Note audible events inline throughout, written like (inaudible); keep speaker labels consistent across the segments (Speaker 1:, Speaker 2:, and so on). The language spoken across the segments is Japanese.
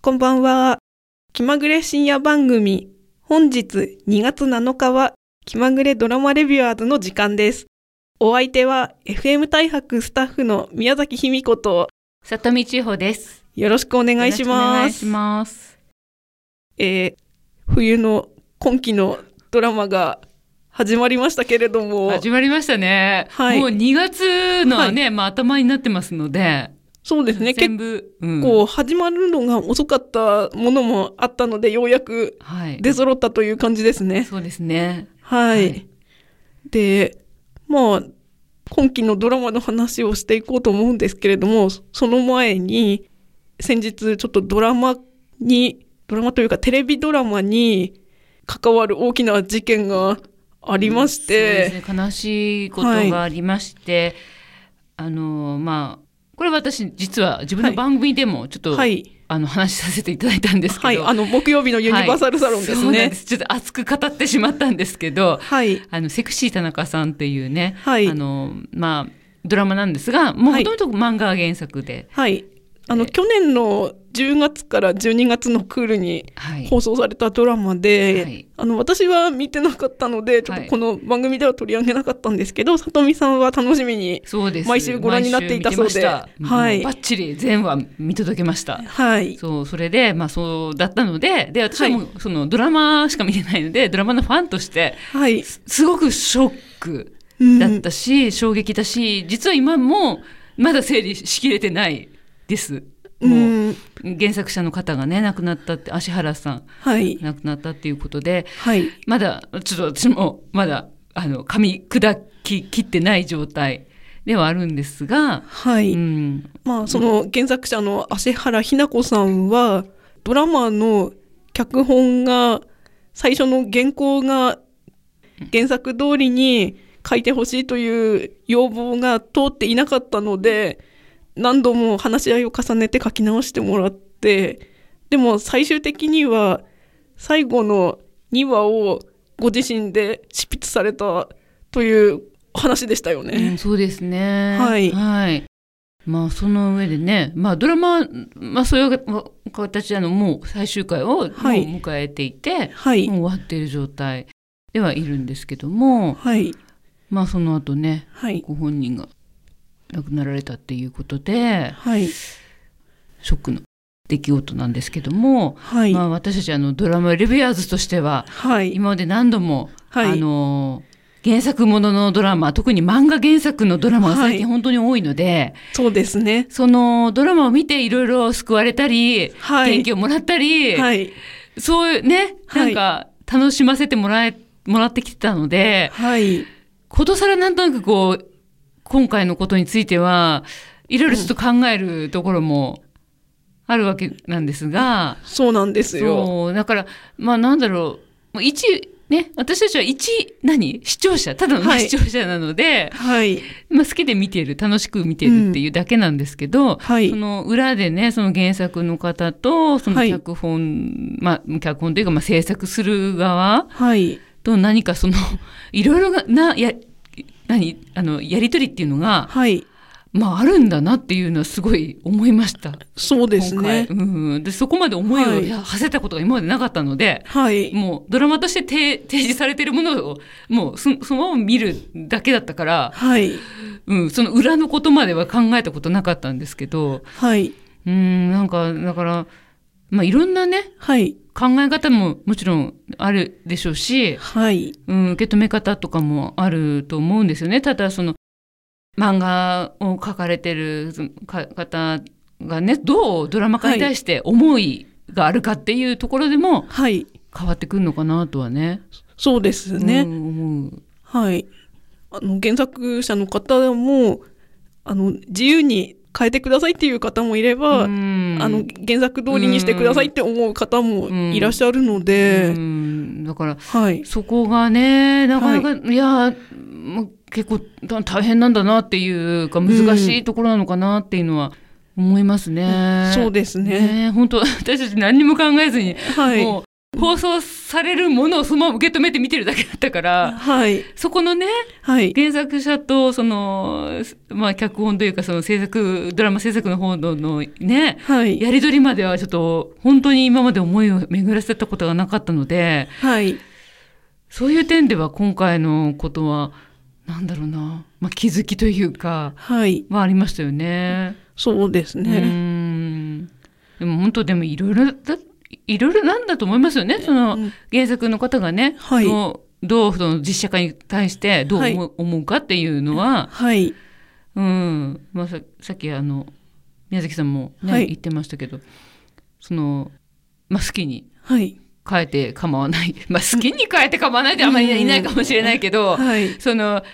Speaker 1: こんばんは。気まぐれ深夜番組。本日2月7日は気まぐれドラマレビュアーズの時間です。お相手は FM 大白スタッフの宮崎卑美子と
Speaker 2: 里見千穂です。
Speaker 1: よろしくお願いします。
Speaker 2: よろしくお願いします。
Speaker 1: えー冬の今期のドラマが始まりましたけれども、
Speaker 2: 始まりましたね。
Speaker 1: はい
Speaker 2: もう2月のね、まあ頭になってますので。
Speaker 1: そうですね、結
Speaker 2: 全部、うん
Speaker 1: 構始まるのが遅かったものもあったので、ようやく
Speaker 2: はい。
Speaker 1: 出揃ったという感じですね。
Speaker 2: そうですね。
Speaker 1: はい。
Speaker 2: はい
Speaker 1: で、まあ、今期のドラマの話をしていこうと思うんですけれども、その前に、先日ちょっとドラマに、ドラマというかテレビドラマに関わる大きな事件がありまし
Speaker 2: そう
Speaker 1: て、
Speaker 2: ですね。悲しいことがありまして、あの、まあ、これ私実は自分の番組でもちょっと、
Speaker 1: はい。
Speaker 2: あの話させていただいたんですけど。
Speaker 1: はい。あの、木曜日のユニバーサルサロンです
Speaker 2: はいそうなん
Speaker 1: ね
Speaker 2: で。すちょっと熱く語ってしまったんですけど、
Speaker 1: はい。
Speaker 2: (laughs) あの、セクシー田中さんっていうね、
Speaker 1: はい
Speaker 2: あの、まあ、ドラマなんですが、もう
Speaker 1: は
Speaker 2: ほ
Speaker 1: い
Speaker 2: とんど漫画が原作で、
Speaker 1: はい。あの、
Speaker 2: えー
Speaker 1: 去年の10月から12月のクールに
Speaker 2: はい。
Speaker 1: 放送されたドラマで、
Speaker 2: はい
Speaker 1: あの私は見てなかったのでちょっと
Speaker 2: はい
Speaker 1: この番組では取り上げなかったんですけど、里見さんは楽しみに
Speaker 2: そうです。
Speaker 1: 毎週ご覧になっていたそうで
Speaker 2: 毎週見てました
Speaker 1: はい
Speaker 2: もうバッチリ全話見届けました。
Speaker 1: はい
Speaker 2: そう、それで、まあそうだったので、で、私はもうそのドラマしか見てないので、ドラマのファンとして、
Speaker 1: はい、
Speaker 2: すすごくショック
Speaker 1: うん
Speaker 2: だったし、衝撃だし、実は今もまだ整理しきれてないです。
Speaker 1: う
Speaker 2: もう、
Speaker 1: ん
Speaker 2: 原作者の方がね、亡くなったって、芦原さん、
Speaker 1: はい
Speaker 2: 亡くなったっていうことで、
Speaker 1: はい
Speaker 2: まだ、ちょっと私も、まだ、あの、噛み砕き切ってない状態ではあるんですが、
Speaker 1: はい、
Speaker 2: うん。
Speaker 1: まあその原作者の芦原ひな子さんはドラマの脚本が最初の原稿が原作通りに書いてほしいという要望が通っていなかったので何度も話し合いを重ねて書き直してもらってでも最終的には最後の2話をご自身で執筆されたという話でしたよね。
Speaker 2: うんそうですね。
Speaker 1: はい
Speaker 2: はい。まあ、その上でね、まあ、ドラマ、まあ、そういう形で、あの、もう最終回をもう
Speaker 1: はい
Speaker 2: 迎えていて、
Speaker 1: はい、
Speaker 2: もう終わっている状態ではいるんですけども、
Speaker 1: はい、
Speaker 2: まあ、その後ね、
Speaker 1: はい、
Speaker 2: ご本人が亡くなられたっていうことで、
Speaker 1: はい、
Speaker 2: ショックの出来事なんですけども、
Speaker 1: はい。
Speaker 2: まあ、私たちあのドラマレビュアーズとしては
Speaker 1: はい。
Speaker 2: 今まで何度も、
Speaker 1: はい
Speaker 2: あの原作もののドラマ特に漫画原作のドラマが最
Speaker 1: はい
Speaker 2: 近本当に多いので、
Speaker 1: そうですね。
Speaker 2: そのドラマを見ていろいろ救われたり、
Speaker 1: はい
Speaker 2: 元気をもらったり、
Speaker 1: はい。
Speaker 2: そういうね
Speaker 1: は
Speaker 2: ないんか楽しませてもらえもらってきてたので
Speaker 1: はい。
Speaker 2: ことさらなんとなくこう今回のことについてはいろいろちょっと考えるところもあるわけなんですが、
Speaker 1: そうなんですよ。
Speaker 2: そう、だから、まあなんだろう、もう一、ね、私たちは一、何視聴者、ただの
Speaker 1: はい
Speaker 2: 視聴者なので、
Speaker 1: はい。
Speaker 2: まあ好きで見ている、楽しく見ているっていうだけなんですけど、
Speaker 1: はい
Speaker 2: その裏でね、その原作の方と、その
Speaker 1: はい
Speaker 2: 脚本、まあ脚本というか、まあ制作する側
Speaker 1: はい。
Speaker 2: と何かその、 (laughs) いろいろが、な、や、何あの、やりとりっていうのが、
Speaker 1: はい。
Speaker 2: まああるんだなっていうのはすごい思いました。
Speaker 1: そうですね
Speaker 2: 今。回うん。で、そこまで思い
Speaker 1: は
Speaker 2: を
Speaker 1: い
Speaker 2: や馳せたことが今までなかったので、
Speaker 1: はい。
Speaker 2: もうドラマとして提提示されてるものを、もうそそのまま見るだけだったから、
Speaker 1: はい。
Speaker 2: うん、その裏のことまでは考えたことなかったんですけど、
Speaker 1: はい。
Speaker 2: うん、なんか、だから、まあいろんなね、
Speaker 1: はい。
Speaker 2: 考え方ももちろんあるでしょうし、
Speaker 1: はい。
Speaker 2: うん、受け止め方とかもあると思うんですよね。ただその漫画を描かれてるそのか方がねどうドラマ化に対して思いがあるかっていうところでも
Speaker 1: はい。
Speaker 2: 変わってくるのかなとはね。
Speaker 1: そうです
Speaker 2: う
Speaker 1: ね。
Speaker 2: ん思う
Speaker 1: はい。あの、原作者の方も、あの、自由に変えてくださいっていう方もいれば、
Speaker 2: うん
Speaker 1: あの、原作通りにしてくださいって思う方もいらっしゃるの
Speaker 2: う
Speaker 1: で、
Speaker 2: んだから
Speaker 1: はい。
Speaker 2: そこがねなかなか、い、やもう結構だ大変なんだなっていうか難しいところなのかなっていうのは思いますね。
Speaker 1: そうですね。
Speaker 2: ね本当私たち何にも考えずに
Speaker 1: はい。
Speaker 2: もう放送されるものをそのまま受け止めて見てるだけだったから、
Speaker 1: はい。
Speaker 2: そこのね、
Speaker 1: はい。
Speaker 2: 原作者と、その、まあ、脚本というか、その制作、ドラマ制作の方ののね、
Speaker 1: はい。
Speaker 2: やり取りまではちょっと、本当に今まで思いを巡らせたことがなかったので、
Speaker 1: はい。
Speaker 2: そういう点では今回のことは、なんだろうな、まあ、気づきというか、
Speaker 1: はい。
Speaker 2: はありましたよね。
Speaker 1: そうです
Speaker 2: うー
Speaker 1: ね。
Speaker 2: んでも本当でもいろいろだいろいろなんだと思いますよね。その
Speaker 1: うん
Speaker 2: 原作の方がね、
Speaker 1: はい
Speaker 2: どうどうその実写化に対してどう思う,、
Speaker 1: は
Speaker 2: 思うかっていうのは、
Speaker 1: はい。
Speaker 2: うん、まあささっきあの宮崎さんも、ね
Speaker 1: はい
Speaker 2: 言ってましたけど、そのまあ好きに
Speaker 1: はい。
Speaker 2: 変えて構わない、 (laughs) まあ好きに変えて構わないってあんまりいないかもしれないけど、
Speaker 1: はい。
Speaker 2: その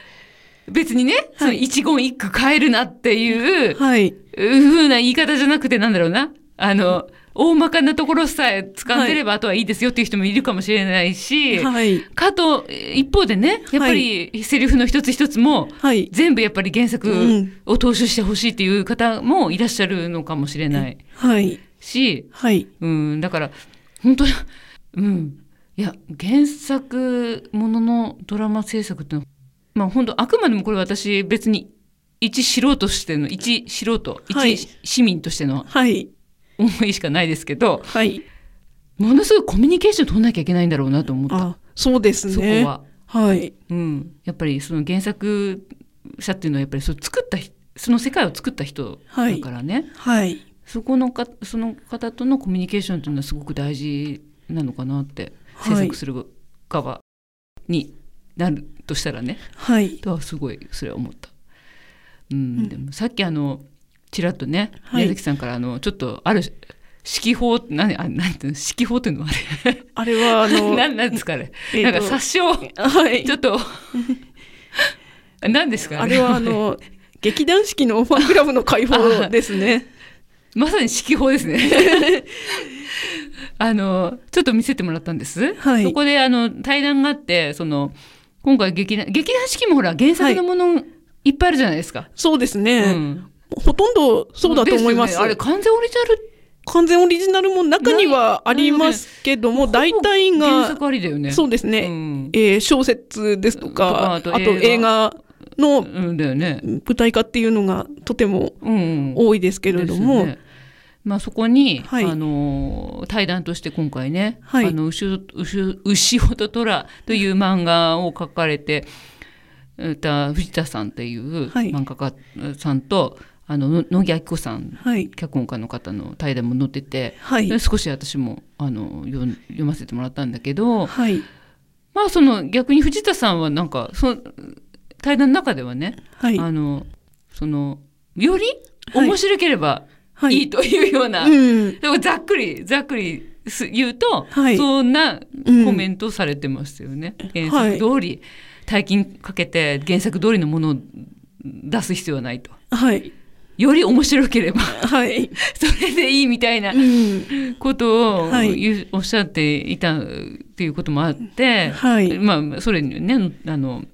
Speaker 2: 別にね、その一言一句変えるなっていう。
Speaker 1: はい。
Speaker 2: ふうな言い方じゃなくてなんだろうな。あの、大まかなところさえ掴んでればあとはいいですよっていう人もいるかもしれないし、
Speaker 1: はい。
Speaker 2: かと、えー一方でね、やっぱりセリフの一つ一つも、
Speaker 1: はい。
Speaker 2: 全部やっぱり原
Speaker 1: う
Speaker 2: 作
Speaker 1: ん
Speaker 2: を踏襲してほしいっていう方もいらっしゃるのかもしれない
Speaker 1: はい。
Speaker 2: し、
Speaker 1: はい。
Speaker 2: うん、だから、本当うん。いや、原作もののドラマ制作ってのは、まあ本当あくまでもこれ私別に一素人としての、一素人、
Speaker 1: はい
Speaker 2: 一市民としての
Speaker 1: はい。
Speaker 2: 思いしかないですけど、
Speaker 1: はい。
Speaker 2: ものすごいコミュニケーション取んなきゃいけないんだろうなと思った。
Speaker 1: あ、そうです
Speaker 2: そこ
Speaker 1: ね。
Speaker 2: は。
Speaker 1: はい。
Speaker 2: うん。やっぱりその原作者っていうのはやっぱりそれ作った人、その世界を作った人
Speaker 1: は
Speaker 2: だ
Speaker 1: い
Speaker 2: からね、
Speaker 1: はい。
Speaker 2: そこのか、その方とのコミュニケーションというのはすごく大事なのかなって、
Speaker 1: は
Speaker 2: 制
Speaker 1: い
Speaker 2: 作する側になるとしたらね、
Speaker 1: はい。
Speaker 2: とはすごいそれは思った。
Speaker 1: う
Speaker 2: う
Speaker 1: ん
Speaker 2: ん、でもさっきあの、ちらっとね、
Speaker 1: はい
Speaker 2: 宮崎さんからあの、ちょっとある、指揮法、何、あ、なんていうの、指揮法っていうのはあれ。
Speaker 1: あれは、あ (laughs) の、
Speaker 2: (laughs) ななんですかね、
Speaker 1: えー
Speaker 2: な
Speaker 1: と
Speaker 2: んか殺傷
Speaker 1: はい
Speaker 2: ち。ょっ
Speaker 1: (laughs)
Speaker 2: と何ですかね
Speaker 1: あれは、あ
Speaker 2: (laughs)
Speaker 1: の、劇団四季のファンクラブの解放です
Speaker 2: (laughs)
Speaker 1: ね。
Speaker 2: まさに指揮法で
Speaker 1: (laughs)
Speaker 2: すねあのちょっと見せてもらったんです、
Speaker 1: はい
Speaker 2: そこであの対談があってその今回劇団劇団四季もほら原作のものいっぱいあるじゃないですか、
Speaker 1: そうですね。
Speaker 2: うん
Speaker 1: ほとんどそうだと思います。
Speaker 2: でよねあれ完全オリジ
Speaker 1: 完全オリジナルも中にはありますけども、大体
Speaker 2: ナル原
Speaker 1: が、
Speaker 2: 作ありだよね
Speaker 1: そうです
Speaker 2: う
Speaker 1: ね、
Speaker 2: ん
Speaker 1: えー小説ですと
Speaker 2: とか
Speaker 1: か、
Speaker 2: あ
Speaker 1: あ
Speaker 2: と
Speaker 1: と
Speaker 2: 映
Speaker 1: 映画の
Speaker 2: うんだよね
Speaker 1: 舞台化っていうのがとても
Speaker 2: うん
Speaker 1: 多いですけれども、
Speaker 2: ですねまあ、そこに、
Speaker 1: はい
Speaker 2: あの対談として今回ね「
Speaker 1: はい
Speaker 2: あの牛牛牛音虎」という漫画を書かれてえーた藤田さんっていう
Speaker 1: はい
Speaker 2: 漫画家さんと、あのの野木明子さん
Speaker 1: はい、
Speaker 2: 脚本家の方の対談も載ってて、
Speaker 1: はい
Speaker 2: で、少し私もあの読ん読ませてもらったんだけど
Speaker 1: はい、
Speaker 2: まあその逆に藤田さんはなんかその対談の中ではね、
Speaker 1: はい、
Speaker 2: あのそのより
Speaker 1: はい
Speaker 2: 面白ければ
Speaker 1: はい
Speaker 2: いいというような、
Speaker 1: うん、
Speaker 2: でもざっくりざっくりす言うと、
Speaker 1: はい
Speaker 2: そんな
Speaker 1: うん
Speaker 2: コメントされてましたよね、原作通り、大金かけて原作通りのものを出す必要はないと
Speaker 1: はい、
Speaker 2: より面白ければ
Speaker 1: はい、
Speaker 2: それでいいみたいな
Speaker 1: うん、
Speaker 2: ことを
Speaker 1: はい
Speaker 2: 言うおっしゃっていたっていうこともあって、
Speaker 1: はい
Speaker 2: まあそれにねあの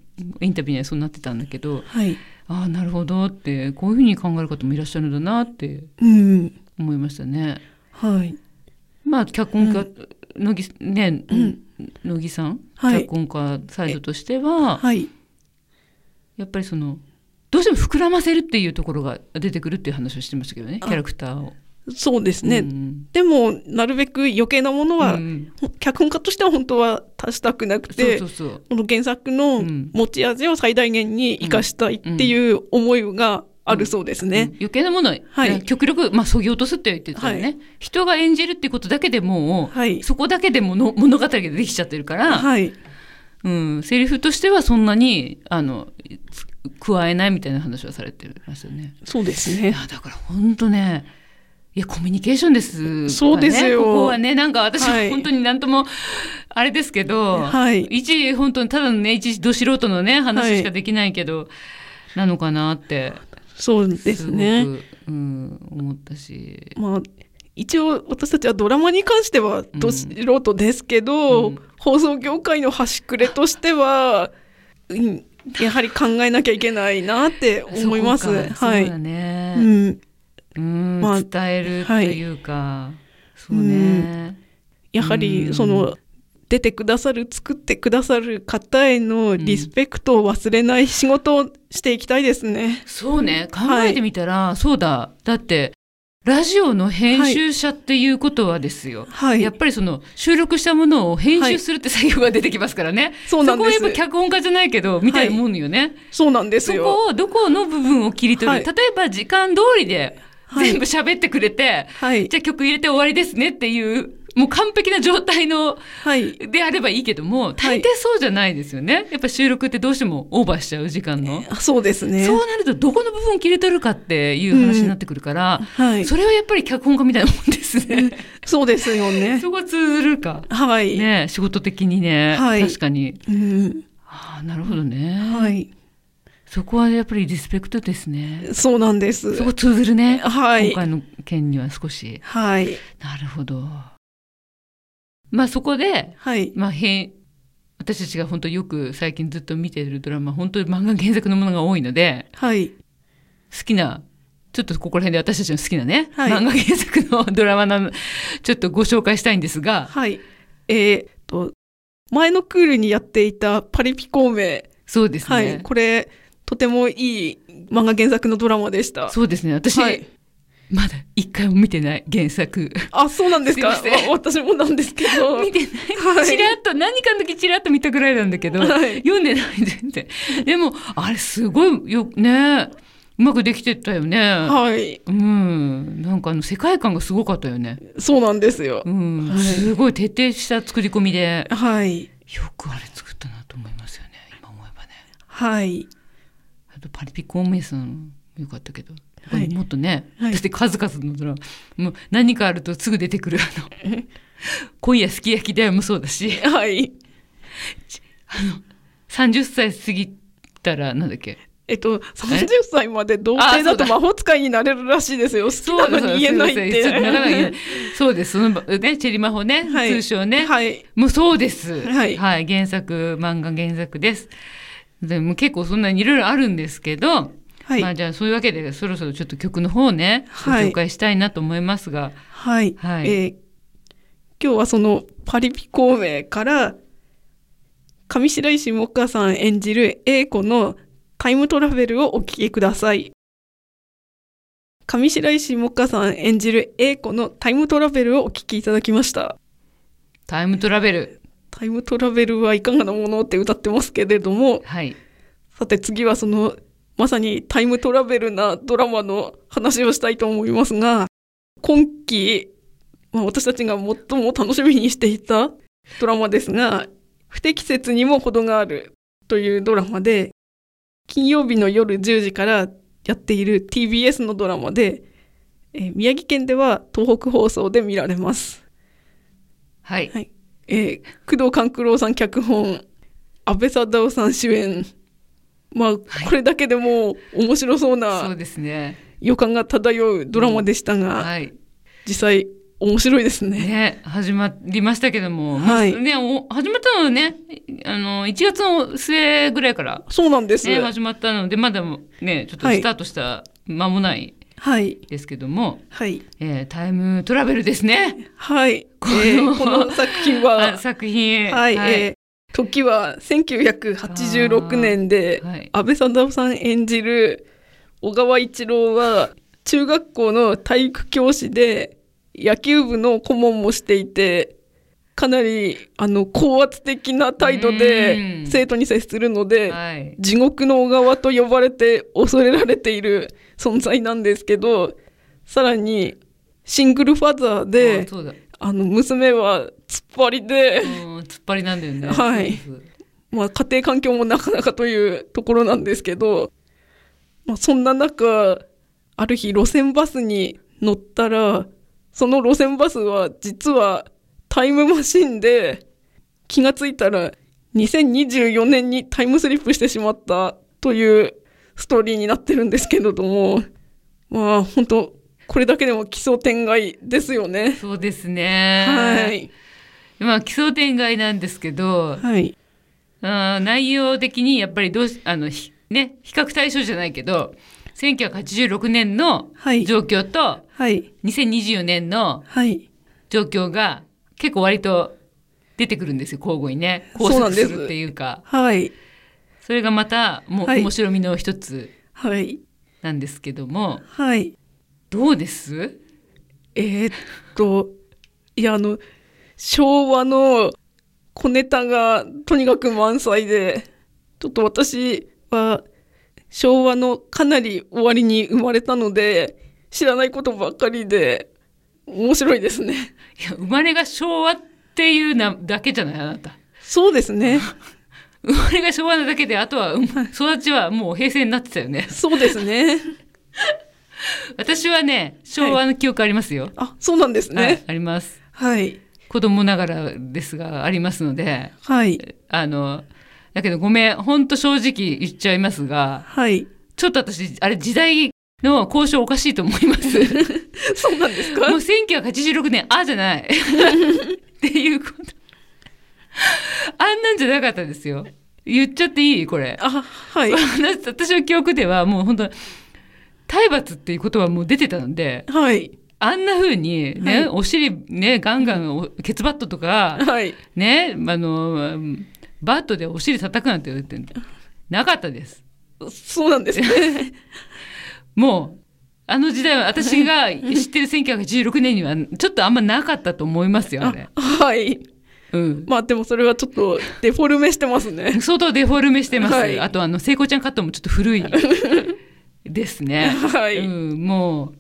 Speaker 2: インタビューにはそうなってたんだけど
Speaker 1: はい、
Speaker 2: ああなるほどってこういうふうに考える方もいらっしゃるんだなって
Speaker 1: うん、
Speaker 2: 思いましたね。
Speaker 1: はい、
Speaker 2: まあ脚本家、乃木ね、
Speaker 1: うん
Speaker 2: 乃木さん、
Speaker 1: はい
Speaker 2: 脚本家サイドとしては
Speaker 1: はい、
Speaker 2: やっぱりそのどうしても膨らませるっていうところが出てくるっていう話をしてましたけどねキ
Speaker 1: あ
Speaker 2: ャラクターを。
Speaker 1: そうですね。
Speaker 2: うん
Speaker 1: でも、なるべく余計なものは、
Speaker 2: うん
Speaker 1: 脚本家としては本当は足したくなく
Speaker 2: そう
Speaker 1: て
Speaker 2: そう、そう
Speaker 1: この原作の
Speaker 2: うん
Speaker 1: 持ち味を最大限に生かしたいっていう思いがあるそうです
Speaker 2: うん
Speaker 1: ね。
Speaker 2: 余計なものは、
Speaker 1: はい
Speaker 2: ね極力、まあ、そぎ落とすって言ってたよね、
Speaker 1: は
Speaker 2: 人が演じるってことだけでもう、
Speaker 1: はい
Speaker 2: そこだけでもの (laughs) 物語ができちゃってるから、
Speaker 1: はい。
Speaker 2: うん、セリフとしてはそんなにあのつ加えないみたいな話はされてましたよね。
Speaker 1: そうです
Speaker 2: い
Speaker 1: ね。
Speaker 2: やだから本当ねいやコミュニケーションですからね
Speaker 1: そうですよ
Speaker 2: ここはねなんか私
Speaker 1: はい
Speaker 2: 本当になんともあれですけど、
Speaker 1: はい。
Speaker 2: 一本当にただのね一ど素人のね話しかできないけど、なのかなって
Speaker 1: そうですね
Speaker 2: す。ごく、うん、思ったし
Speaker 1: まあ、一応私たちはドラマに関してはど素人ですけ
Speaker 2: う
Speaker 1: ど
Speaker 2: ん、
Speaker 1: 放送業界の端くれとしては、うんやはり考えなきゃいけないなって思います。
Speaker 2: そうか
Speaker 1: は
Speaker 2: そう
Speaker 1: い。
Speaker 2: だね、
Speaker 1: うん。
Speaker 2: うん
Speaker 1: まあ
Speaker 2: 伝えるというか、そうね、
Speaker 1: やは
Speaker 2: う
Speaker 1: り
Speaker 2: ん
Speaker 1: その出てくださる作ってくださる方へのリスペクトを忘れない仕事をしていきたいですね。
Speaker 2: そうね考えてみたら、そうだだってラジオの編集者っていうことはですよ、
Speaker 1: はい、
Speaker 2: やっぱりその収録したものを編集するって作業が出てきますからね、
Speaker 1: そうな
Speaker 2: そ
Speaker 1: ん
Speaker 2: こ
Speaker 1: で
Speaker 2: はやっ
Speaker 1: す
Speaker 2: ぱ。脚本家じゃないけどみたいなもんよね、
Speaker 1: そうなんです
Speaker 2: そ
Speaker 1: よ。
Speaker 2: こをどこの部分を切り取る、
Speaker 1: はい
Speaker 2: 例えば時間通りで
Speaker 1: はい
Speaker 2: 全部喋ってくれて、
Speaker 1: はい
Speaker 2: じゃあ曲入れて終わりですねっていうもう完璧な状態の
Speaker 1: はい
Speaker 2: であればいいけども大抵そうじゃないですよね、やっぱ収録ってどうしてもオーバーしちゃう時間の、
Speaker 1: あそうですね。
Speaker 2: そうなるとどこの部分を切り取るかっていう話になってくるから、
Speaker 1: はい
Speaker 2: それはやっぱり脚本家みたいなもんですね、
Speaker 1: そうですよね。
Speaker 2: そこが通ずるか
Speaker 1: はい。
Speaker 2: ね仕事的にね、
Speaker 1: はい
Speaker 2: 確かに
Speaker 1: うん、
Speaker 2: ああなるほどね、
Speaker 1: はい。
Speaker 2: そこはやっぱりリスペクトですね
Speaker 1: そうなんです
Speaker 2: そ。こ通ずるね、
Speaker 1: はい
Speaker 2: 今回の件には少し
Speaker 1: はい。
Speaker 2: なるほどまあそこで
Speaker 1: はい。
Speaker 2: まあ変私たちが本当よく最近ずっと見てるドラマ本当に漫画原作のものが多いので
Speaker 1: はい。
Speaker 2: 好きなちょっとここら辺で私たちの好きなね、
Speaker 1: はい
Speaker 2: 漫画原作のドラマなのちょっとご紹介したいんですが
Speaker 1: はい。えーっと、前のクールにやっていたパリピ孔明。
Speaker 2: そうですね、
Speaker 1: はい。これ、とてもいい漫画原作のドラマでした。
Speaker 2: そうですね私、
Speaker 1: はい
Speaker 2: まだ一回も見てない原作
Speaker 1: あ、そうなんですか。
Speaker 2: すいません
Speaker 1: わ私もなんですけ
Speaker 2: (laughs)
Speaker 1: ど。
Speaker 2: 見てな
Speaker 1: はいい
Speaker 2: ちらっと何かの時ちらっと見たぐらいなんだけど、
Speaker 1: はい
Speaker 2: 読んでない全然でもあれすごいよねうまくできてたよね、
Speaker 1: はい。
Speaker 2: うんなんかあの世界観がすごかったよね
Speaker 1: そうなんですよ
Speaker 2: う。ん、
Speaker 1: はい
Speaker 2: すごい徹底した作り込みで
Speaker 1: はい。
Speaker 2: よくあれ作ったなと思いますよね今思えばね
Speaker 1: はい。
Speaker 2: あとパリピ孔明さんもよかったけど、
Speaker 1: はい
Speaker 2: もっとね、
Speaker 1: はい
Speaker 2: だって数々のドラマもう何かあるとすぐ出てくるあの「今夜すき焼きだよ」もそうだし
Speaker 1: はい。
Speaker 2: 30歳過ぎたらなんだっけ
Speaker 1: えっと、30歳まで童貞だと
Speaker 2: あそ
Speaker 1: 魔法使いになれるらしいですよ。好きなのに言えないっ
Speaker 2: そうですそうですちょとなかなか言えな
Speaker 1: て (laughs)
Speaker 2: い。そうですそのねチェリマホね、
Speaker 1: はい
Speaker 2: 通称ね、
Speaker 1: はい。
Speaker 2: もうそうです。
Speaker 1: はい
Speaker 2: 原作、漫画原作です。でも結構そんなにいろいろあるんですけど、
Speaker 1: は
Speaker 2: まあ
Speaker 1: い。
Speaker 2: じゃあそういうわけでそろそろちょっと曲の方ね、
Speaker 1: はい
Speaker 2: ご紹介したいなと思いますが、
Speaker 1: はい。
Speaker 2: はい
Speaker 1: えー今日はそのパリピ孔明から、上白石萌歌さん演じる A 子のタイムトラベルをお聞きください。上白石萌歌さん演じる A 子のタイムトラベルをお聞きいただきました。
Speaker 2: タイムトラベル。
Speaker 1: タイムトラベルはいかがなものって歌ってますけれども、
Speaker 2: はい。
Speaker 1: さて次はそのまさにタイムトラベルなドラマの話をしたいと思いますが今期、まあ、私たちが最も楽しみにしていたドラマですが「不適切にも程がある」というドラマで金曜日の夜10時からやっている TBS のドラマで、えー宮城県では東北放送で見られます。
Speaker 2: はい。
Speaker 1: はいえー工藤官九郎さん脚本阿部サダヲさん主演まあこれだけでもう面白そう
Speaker 2: そう
Speaker 1: な
Speaker 2: ですね。
Speaker 1: 予感が漂うドラマでしたが、
Speaker 2: はい。
Speaker 1: 実際面白いですね。
Speaker 2: ね、始まりましたけども、
Speaker 1: はい
Speaker 2: まあね、お始まったのはね、あの、1月の末ぐらいから、
Speaker 1: そうなんです、
Speaker 2: ね、始まったので、まだね、ちょっと
Speaker 1: はい
Speaker 2: スタートした間もない
Speaker 1: はい
Speaker 2: ですけども、
Speaker 1: はい
Speaker 2: えータイムトラベルですね。
Speaker 1: はい
Speaker 2: この
Speaker 1: えーこの作品
Speaker 2: (laughs) あ
Speaker 1: は、
Speaker 2: 作品。
Speaker 1: はいえー時は1986年で
Speaker 2: はい
Speaker 1: 阿部サダヲさん演じる小川一郎は中学校の体育教師で野球部の顧問もしていてかなりあの高圧的な態度
Speaker 2: う
Speaker 1: で
Speaker 2: ん
Speaker 1: 生徒に接するので
Speaker 2: はい。
Speaker 1: 地獄の小川と呼ばれて恐れられている存在なんですけどさらにシングルファザー
Speaker 2: あ
Speaker 1: で
Speaker 2: そうだ。うん
Speaker 1: あの娘は突っ張りで。
Speaker 2: 突っ張りなんだよね。
Speaker 1: はい
Speaker 2: そうです
Speaker 1: まあ、家庭環境もなかなかというところなんですけど、まあ、そんな中ある日路線バスに乗ったらその路線バスは実はタイムマシンで気がついたら2024年にタイムスリップしてしまったというストーリーになってるんですけれどもまあ本当これだけでも奇想天外ですよね。
Speaker 2: そうですね。
Speaker 1: は。い、
Speaker 2: まあ奇想天外なんですけど、
Speaker 1: はい、
Speaker 2: あー内容的にやっぱりどうし、あの、ひね、比較対象じゃないけど、1986年の
Speaker 1: はい
Speaker 2: 状況と
Speaker 1: はい、
Speaker 2: 2024年の
Speaker 1: はい、
Speaker 2: 状況が結構割と出てくるんですよ、交互にね。
Speaker 1: そ
Speaker 2: 考
Speaker 1: うなん
Speaker 2: 察
Speaker 1: です
Speaker 2: するっていうか。
Speaker 1: はい。
Speaker 2: それがまた、もう
Speaker 1: はい
Speaker 2: 面白みの一つ
Speaker 1: はい。
Speaker 2: なんですけども、
Speaker 1: はい。
Speaker 2: どうです
Speaker 1: えーっと、いや、あの、昭和の小ネタがとにかく満載で、ちょっと私は昭和のかなり終わりに生まれたので、知らないことばっかりで、面白いですね。
Speaker 2: いや、生まれが昭和っていうな、だけじゃないあなた。
Speaker 1: そうですね。
Speaker 2: 生まれが昭和なだけで、あとは、うん育ちはもう平成になってたよね。 (laughs)
Speaker 1: そうですね。
Speaker 2: 私はね、昭和の記憶ありますよ。
Speaker 1: (laughs) あ、そうなんです
Speaker 2: はい
Speaker 1: ね。
Speaker 2: あります。
Speaker 1: はい。
Speaker 2: 子供ながらですが、ありますので、
Speaker 1: はい。
Speaker 2: あの、だけどごめん、ほんと正直言っちゃいますが、
Speaker 1: はい。
Speaker 2: ちょっと私、あれ時代の交渉おかしいと思
Speaker 1: (laughs)
Speaker 2: います。
Speaker 1: そうなんですか
Speaker 2: もう1986年、あじ
Speaker 1: (laughs)
Speaker 2: ゃない。っていうこと。あんなんじゃなかったですよ。言っちゃっていいこれ。
Speaker 1: あ、はい。
Speaker 2: 私私の記憶ではもう本当体罰っていう言葉もう出てたので、
Speaker 1: はい。
Speaker 2: あんな風にね、
Speaker 1: はい
Speaker 2: お尻ね、ガンガンおケツバットとか、
Speaker 1: (laughs) はい。
Speaker 2: ね、あの、バットでお尻叩くなんて言ってなかったです。
Speaker 1: (laughs) そうなんですね。
Speaker 2: もう、あの時代は私が知ってる1986年にはちょっとあんまなかったと思いますよ、あれ。
Speaker 1: はい。
Speaker 2: うん。
Speaker 1: まあでもそれはちょっとデフォルメしてますね。
Speaker 2: 相当デフォルメしてます。
Speaker 1: はい
Speaker 2: あとあの、聖子ちゃんカットもちょっと古いですね。
Speaker 1: はい
Speaker 2: うん、もう、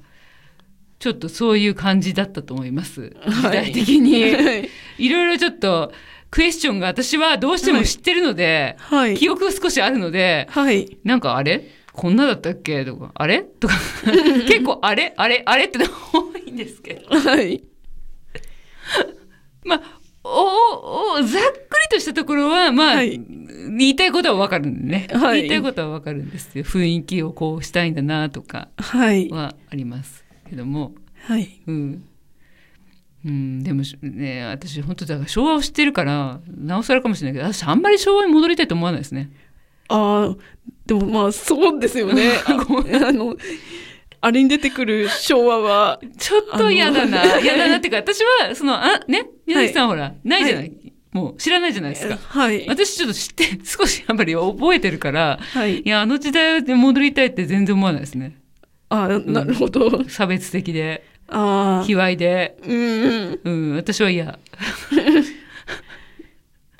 Speaker 2: ちょっとそういう感じだったと思います。時
Speaker 1: はい
Speaker 2: 代的に。
Speaker 1: (laughs) はい
Speaker 2: いろいろちょっと、クエスチョンが私はどうしても知ってるので、
Speaker 1: はい。
Speaker 2: 記憶が少しあるので、
Speaker 1: はい。
Speaker 2: なんかあれこんなだったっけとか、あれとか、 (laughs) 結構あれあれあれってのが多いんですけど。
Speaker 1: はい。
Speaker 2: まあ、おおおざっくりとしたところは、まあ、
Speaker 1: はい
Speaker 2: 言いたいことはわかるんでね。
Speaker 1: はい
Speaker 2: 言いたいことはわかるんですよ。雰囲気をこうしたいんだなとか
Speaker 1: はい。
Speaker 2: はありますけども。
Speaker 1: はい。
Speaker 2: うん。うん、でもしね、私本当だから昭和を知ってるから、なおさらかもしれないけど、私あんまり昭和に戻りたいと思わないですね。
Speaker 1: ああ、でもまあそうですよ
Speaker 2: (laughs)
Speaker 1: ね。あ
Speaker 2: ご
Speaker 1: あの、あれに出てくる昭和は、
Speaker 2: ちょっと嫌だ
Speaker 1: あ
Speaker 2: な。
Speaker 1: の
Speaker 2: 嫌だなっていうか、私は、その、あ、ね、宮崎さんほら、ないじゃない、もう知らないじゃないですか。
Speaker 1: はい。
Speaker 2: 私ちょっと知って、少しやっぱり覚えてるから、
Speaker 1: はい。
Speaker 2: いや、あの時代に戻りたいって全然思わないですね。
Speaker 1: ああ、なるほど。
Speaker 2: 差別的で、
Speaker 1: ああ。
Speaker 2: 卑猥で、
Speaker 1: うん。
Speaker 2: うん、私
Speaker 1: (laughs)
Speaker 2: は嫌。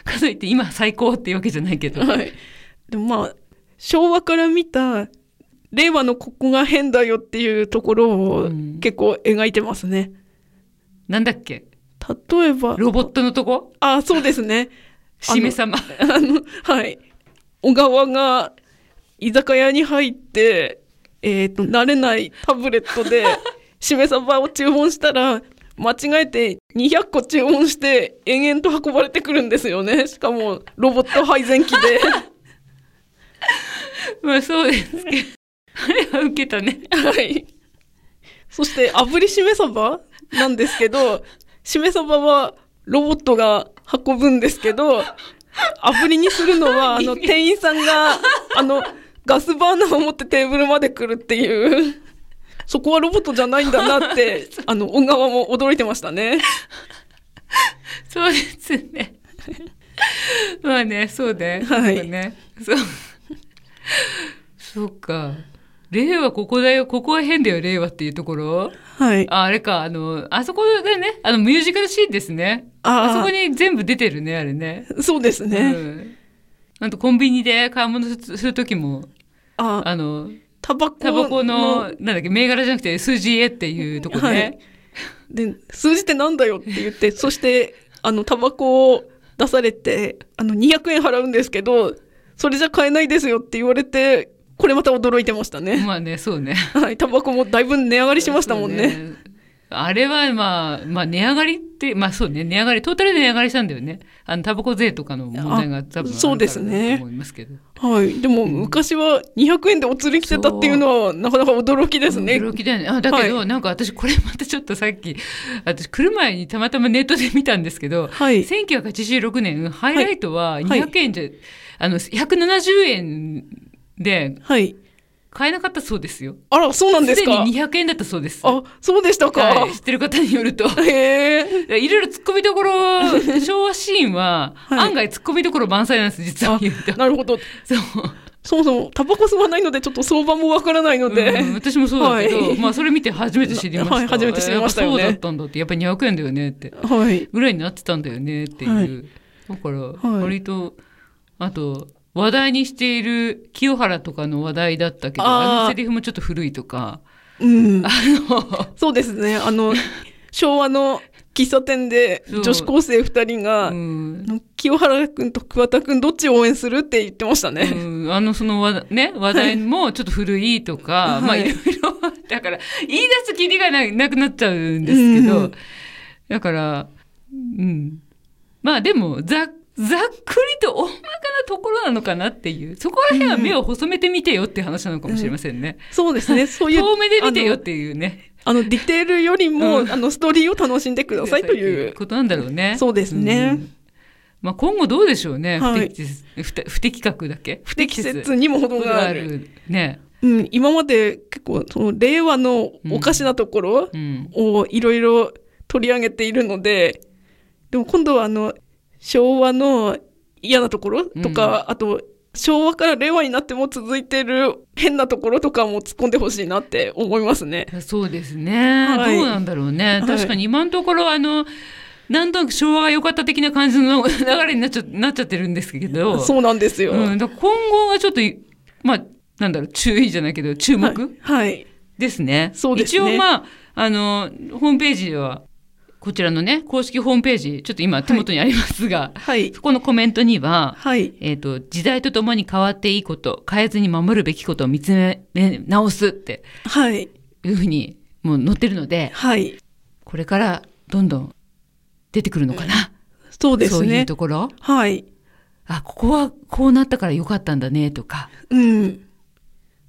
Speaker 2: かといって今最高っていうわけじゃないけど。
Speaker 1: はい。でもまあ、昭和から見た、令和のここが変だよっていうところ
Speaker 2: う
Speaker 1: を
Speaker 2: ん
Speaker 1: 結構描いてますね。
Speaker 2: なんだっけ
Speaker 1: 例えば、
Speaker 2: ロボットのとこ
Speaker 1: ああ、そうですね。
Speaker 2: しめ様。
Speaker 1: あの、はい。小川が居酒屋に入って、えっ、と、慣れないタブレットで、しめ鯖を注文したら、間違えて200個注文して、延々と運ばれてくるんですよね。しかも、ロボット配膳機で。
Speaker 2: まあそうですけど。 (laughs) あれは受けたね。
Speaker 1: はい。そして、炙りしめ鯖なんですけど、しめ鯖はロボットが運ぶんですけど、炙りにするの
Speaker 2: (laughs)
Speaker 1: は、あの、店員さんが、あの、ガスバーナーを持ってテーブルまで来るっていう、そこはロボットじゃないんだなっ
Speaker 2: (laughs)
Speaker 1: て、あの、小川も驚いてましたね。
Speaker 2: そうですね。まあね、そうね。
Speaker 1: はい
Speaker 2: そうね。そう。そうか。令和ここだよ、ここは変だよ、令和っていうところ。
Speaker 1: はい。
Speaker 2: ああれか、あの、あそこでね、あの、ミュージカルシーンですね。
Speaker 1: あー
Speaker 2: あそこに全部出てるね、あれね。
Speaker 1: そうです
Speaker 2: う
Speaker 1: ね。
Speaker 2: ん。あと、コンビニで買い物するときも、
Speaker 1: あ、
Speaker 2: あの、
Speaker 1: タバコ
Speaker 2: タバコの、なんだっけ、銘柄じゃなくて、数字絵っていうとこね。
Speaker 1: はいで、数字ってなんだよって言
Speaker 2: (laughs)
Speaker 1: って、そして、あの、タバコを出されて、あの、200円払うんですけど、それじゃ買えないですよって言われて、これまた驚いてましたね。
Speaker 2: まあね、そうね。
Speaker 1: はい、タバコもだいぶ値上がりしましたもん
Speaker 2: そ
Speaker 1: ね。
Speaker 2: うねあれは、まあ、まあ、値上がりって、まあそうね、値上がり、トータルで値上がりしたんだよね。あの、タバコ税とかの問題が多分あるからだ
Speaker 1: そうですね
Speaker 2: と思いますけど。
Speaker 1: はい。でも、昔は200円でお釣り来てたっていうのは、なかなか驚きですね。
Speaker 2: 驚きだよね。あだけど、
Speaker 1: は
Speaker 2: なんか私、これまたちょっとさっき、私、来る前にたまたまネットで見たんですけど、
Speaker 1: はい。
Speaker 2: 1986年、ハイライトは
Speaker 1: はい
Speaker 2: 200円じゃ、あの、170円で
Speaker 1: はい。
Speaker 2: 買えなかったそうですよ。
Speaker 1: あら、そうなんです
Speaker 2: すで
Speaker 1: か
Speaker 2: に200円だったそうです。
Speaker 1: あ、そうでしたか、
Speaker 2: はい知ってる方によ
Speaker 1: (laughs)
Speaker 2: ると。
Speaker 1: へえ。
Speaker 2: いやいろいろ突っ込みどころ、昭和シーンは、
Speaker 1: い
Speaker 2: 案外突っ込みどころ満載なんです、実は言うと。
Speaker 1: なるほど。
Speaker 2: そう。
Speaker 1: そもそもタバコ吸わないのでちょっと相場もわからないので、
Speaker 2: うん私もそうだけど、
Speaker 1: はい
Speaker 2: まあそれ見て初めて知りました。
Speaker 1: はい初めて知りましたよね
Speaker 2: やっぱそうだったんだって、やっぱり200円だよねって、
Speaker 1: はい。
Speaker 2: ぐらいになってたんだよねっていう。だから、
Speaker 1: はい
Speaker 2: 割と、あと、話題にしている清原とかの話題だったけど、
Speaker 1: あー
Speaker 2: あのセリフもちょっと古いとか、
Speaker 1: うん。
Speaker 2: あの、
Speaker 1: そうですね。あの、昭和の喫茶店で
Speaker 2: そう
Speaker 1: 女子高生二人が、
Speaker 2: うん
Speaker 1: あの清原くんと桑田くんどっちを応援するって言ってましたね。
Speaker 2: うんあの、その話題、ね、
Speaker 1: (laughs)
Speaker 2: 話題もちょっと古いとか、
Speaker 1: はい
Speaker 2: まあいろいろ、だから、言い出す気りがななくなっちゃうんですけど、
Speaker 1: うん
Speaker 2: だから、うん。まあでも、ざ、ざっくりと大まかなところなのかなっていう、そこら辺は目を細めてみてよって話なのかもしれませんね。
Speaker 1: そうですね。そういう。
Speaker 2: 遠目で見て
Speaker 1: あ
Speaker 2: よっ
Speaker 1: の。
Speaker 2: ていうね。
Speaker 1: あの、ディテールよりも、
Speaker 2: うん
Speaker 1: あの、ストーリーを楽しんでくださいという。
Speaker 2: ことなんだろうね。
Speaker 1: そうですね
Speaker 2: んまあ今後どうでしょうね。
Speaker 1: はい
Speaker 2: 不適切不適不適格だっけ
Speaker 1: 不適切にも程がある。
Speaker 2: ね。
Speaker 1: うん、今まで結構、その、令和のおかしなところ
Speaker 2: うん。
Speaker 1: をいろいろ取り上げているので、でも今度は、あの、昭和の嫌なところとか、あと、昭和から令和になっても続いてる変なところとかも突っ込んでほしいなって思いますね。
Speaker 2: そうですね、
Speaker 1: はい
Speaker 2: どうなんだろう
Speaker 1: は
Speaker 2: ね、
Speaker 1: い
Speaker 2: 確かに今のところあのなんとなく昭和が良かった的な感じの (laughs) 流れになっちゃなっちゃってるんですけど
Speaker 1: そうなんですよ。
Speaker 2: うん、だから今後はちょっといまあなんだろう注意じゃないけど注目、
Speaker 1: はい。はい。
Speaker 2: ですね
Speaker 1: そうですね
Speaker 2: 一応まああのホームページではこちらのね公式ホームページちょっと今手元にありますが、
Speaker 1: はい。
Speaker 2: そこのコメントには
Speaker 1: はい。
Speaker 2: えっと時代とともに変わっていいこと変えずに守るべきことを見つめ直すって
Speaker 1: はい。
Speaker 2: いうふうにもう載ってるので、
Speaker 1: はい。
Speaker 2: これからどんどん出てくるのかな。
Speaker 1: そうです
Speaker 2: そういう
Speaker 1: ね。
Speaker 2: ところ。
Speaker 1: はい。
Speaker 2: あ、ここはこうなったから良かったんだねとか、
Speaker 1: うん。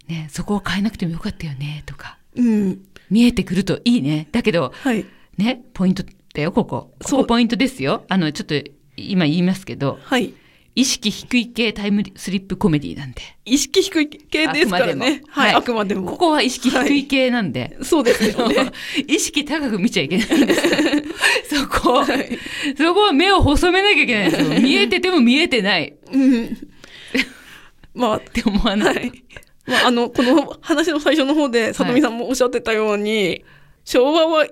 Speaker 2: ね、そこを変えなくても良かったよねとか、
Speaker 1: うん。
Speaker 2: 見えてくるといいね。だけど、
Speaker 1: はい。
Speaker 2: ね、ポイントだよ、ここ。こ
Speaker 1: そう
Speaker 2: こポイントですよ。あの、ちょっと今言いますけど、
Speaker 1: はい。
Speaker 2: 意識低い系タイムスリップコメディなんで、
Speaker 1: 意識低い系ですからね。はい。あ
Speaker 2: あ
Speaker 1: く
Speaker 2: く
Speaker 1: までも。
Speaker 2: ここは意識低い系なんで、
Speaker 1: そうですよ
Speaker 2: (laughs)
Speaker 1: ね。
Speaker 2: 意識高く見ちゃいけない
Speaker 1: (laughs)
Speaker 2: んですよそこ、
Speaker 1: い
Speaker 2: そこは目を細めなきゃいけないんですよ。見えてても見えてないっ
Speaker 1: うん。ま
Speaker 2: て思わ
Speaker 1: あ、
Speaker 2: な。
Speaker 1: はいい。まあ、あの、この話の最初の方で、里見さんもおっしゃってたように、昭和は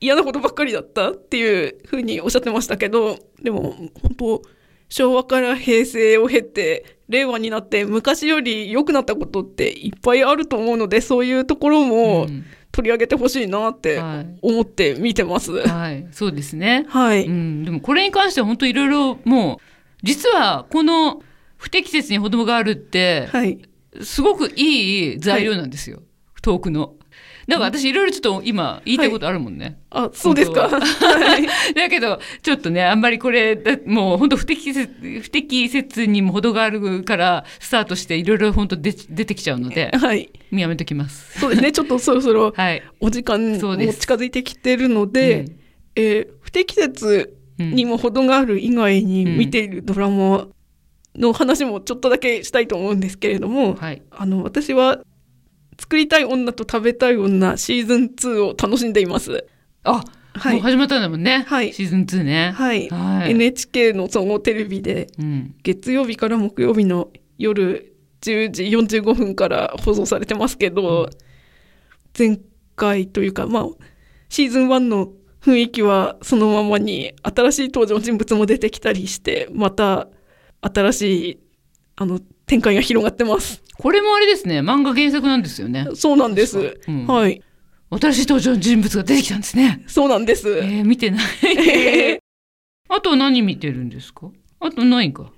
Speaker 1: 嫌なことばっかりだったっていうふうにおっしゃってましたけど、でも、本当昭和から平成を経て、令和になって昔より良くなったことっていっぱいあると思うので、そういうところも
Speaker 2: うん
Speaker 1: 取り上げてほしいなって
Speaker 2: はい
Speaker 1: 思って見てます。
Speaker 2: はい、そうですね。
Speaker 1: は
Speaker 2: う
Speaker 1: い。
Speaker 2: ん、でもこれに関しては本当いろいろもう、実はこの不適切に子供があるって、
Speaker 1: はい。
Speaker 2: すごくいい材料なんですよ。トークの。だから私いろいろちょっと今言いたいことあるもんね。
Speaker 1: あ、そうですか。
Speaker 2: 本
Speaker 1: はい。
Speaker 2: だけど、ちょっとね、あんまりこれ、だもう本当不適切、不適切にも程があるから、スタートしていろいろ本当出出てきちゃうので、
Speaker 1: はい。
Speaker 2: やめときます。
Speaker 1: そうですね。ちょっとそろそろ
Speaker 2: はい。
Speaker 1: お時間も
Speaker 2: そう
Speaker 1: 近
Speaker 2: です
Speaker 1: づいてきてるので、
Speaker 2: うん
Speaker 1: えー不適切
Speaker 2: うん
Speaker 1: にも程がある以外に
Speaker 2: うん
Speaker 1: 見ているドラマの話もちょっとだけしたいと思うんですけれども、
Speaker 2: はい。
Speaker 1: あの、私は作りたい女と食べたい女シーズン2を楽しんでいます。
Speaker 2: あ、
Speaker 1: はい
Speaker 2: もう始まったんだもんね。
Speaker 1: はい
Speaker 2: シーズン2ね。
Speaker 1: はい。
Speaker 2: はい。
Speaker 1: NHK の総合テレビで
Speaker 2: うん。
Speaker 1: 月曜日から木曜日の夜10時45分から放送されてますけど、前回というか、まあ、シーズン1の雰囲気はそのままに新しい登場人物も出てきたりしてまた新しいあの展開が広がってます
Speaker 2: これもあれですね、漫画原作なんですよね。
Speaker 1: そうなんです、
Speaker 2: うん
Speaker 1: はい
Speaker 2: 新しい登場人物が出てきたんですね。
Speaker 1: そうなんです、
Speaker 2: えー、見てない。あと何見てるんですかあとないんか。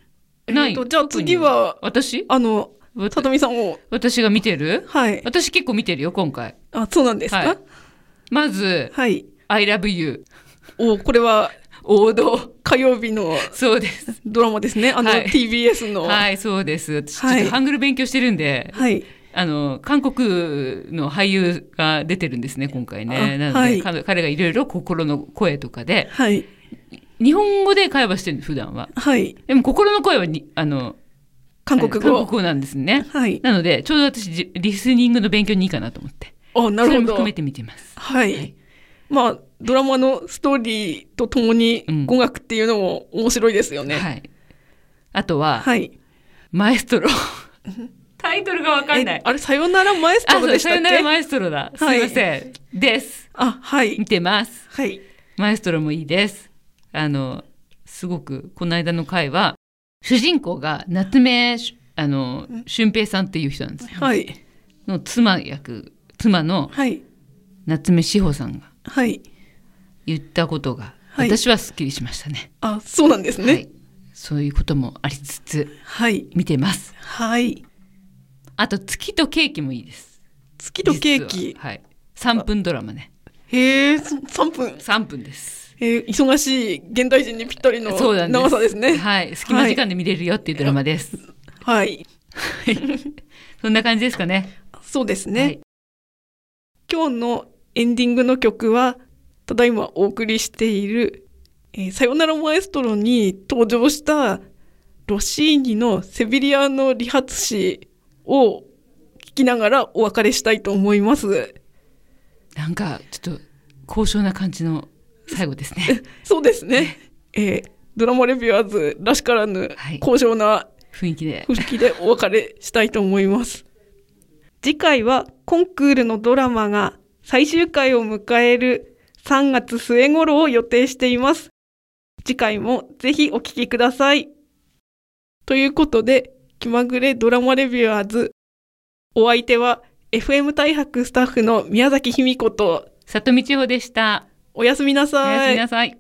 Speaker 2: ない
Speaker 1: えっとじゃあ次は
Speaker 2: 私
Speaker 1: あの
Speaker 2: わ
Speaker 1: さとみさんを
Speaker 2: 私が見てる
Speaker 1: はい
Speaker 2: 私結構見てるよ、今回。
Speaker 1: あそうなんですか
Speaker 2: は
Speaker 1: はい
Speaker 2: い、まず、I love you。
Speaker 1: おこれは
Speaker 2: 王道。
Speaker 1: 火曜日の
Speaker 2: そうです。
Speaker 1: ドラマですね。あの、
Speaker 2: はい
Speaker 1: TBS の。はい。
Speaker 2: はい、そうです。私、ちょ
Speaker 1: はい
Speaker 2: っとハングル勉強してるんで、あの、韓国の俳優が出てるんですね、今回ね。
Speaker 1: あ
Speaker 2: なので、
Speaker 1: はい
Speaker 2: 彼彼がいろいろ心の声とかで、
Speaker 1: はい。
Speaker 2: 日本語で会話してるの、普段は。
Speaker 1: はい。
Speaker 2: でも、心の声はに、あの、
Speaker 1: 韓国語。
Speaker 2: 韓国語なんですね。
Speaker 1: はい。
Speaker 2: なので、ちょうど私、じリスニングの勉強にいいかなと思って。
Speaker 1: あ、な
Speaker 2: それ
Speaker 1: る
Speaker 2: も
Speaker 1: ほど
Speaker 2: 含め。て見てます。
Speaker 1: はい、
Speaker 2: はい
Speaker 1: まあ、ドラマのストーリーとともに
Speaker 2: うん
Speaker 1: 語学っていうのも面白いですよね。
Speaker 2: はい。あとは、
Speaker 1: はい。
Speaker 2: マエス
Speaker 1: (laughs)
Speaker 2: トロ。タイトルがわかんない
Speaker 1: え。あれ、さよならマエス
Speaker 2: あ、
Speaker 1: トロ
Speaker 2: そう、
Speaker 1: でし
Speaker 2: さ
Speaker 1: た
Speaker 2: よ
Speaker 1: っ
Speaker 2: なら
Speaker 1: け
Speaker 2: マエストロだ。す
Speaker 1: はいい
Speaker 2: ません。です。
Speaker 1: あ、はい
Speaker 2: 見。てます。
Speaker 1: はい。
Speaker 2: マエストロもいいです。あの、すごく、この間の回は、主人公が夏目し、あの、俊平さんっていう人なんですよ。
Speaker 1: はい。
Speaker 2: の妻役、妻の
Speaker 1: はい。
Speaker 2: 夏目志保さんが
Speaker 1: はい。
Speaker 2: 言ったことが、
Speaker 1: はい
Speaker 2: 私はすっきりしましたね。
Speaker 1: あ、そうなんです
Speaker 2: は
Speaker 1: ね。
Speaker 2: い。そういうこともありつつ、
Speaker 1: はい。
Speaker 2: 見てます。
Speaker 1: はい。
Speaker 2: あと、月とケーキもいいです。
Speaker 1: 月とケーキ
Speaker 2: 実。ははい。3分ドラマね。
Speaker 1: へえ、そ3分。
Speaker 2: 3分です。
Speaker 1: えー忙しい現代人にぴったりの
Speaker 2: そうなんです
Speaker 1: 長さですね。
Speaker 2: はい、隙間時間で見れるよっていうドラマです。
Speaker 1: はい。
Speaker 2: そんな感じですかね。
Speaker 1: そうですね、
Speaker 2: はい
Speaker 1: 今日のエンディングの曲は、ただいまお送りしている、えーさよならマエストロに登場したロシーニのセビリアの理髪師を聞きながらお別れしたいと思います。
Speaker 2: なんかちょっと高尚な感じの最後ですね。
Speaker 1: そうですね。えードラマレビュアーズらしからぬ
Speaker 2: はい
Speaker 1: 高尚な
Speaker 2: 雰囲気で。
Speaker 1: 不きでお別れしたいと思います。次回はコンクールのドラマが最終回を迎える3月末頃を予定しています。次回もぜひお聞きください。ということで、気まぐれドラマレビュアーズ。お相手は FM 大白スタッフの宮崎卑美子と、
Speaker 2: 里道穂でした。
Speaker 1: おやすみな
Speaker 2: お
Speaker 1: さい。
Speaker 2: やすみなさい。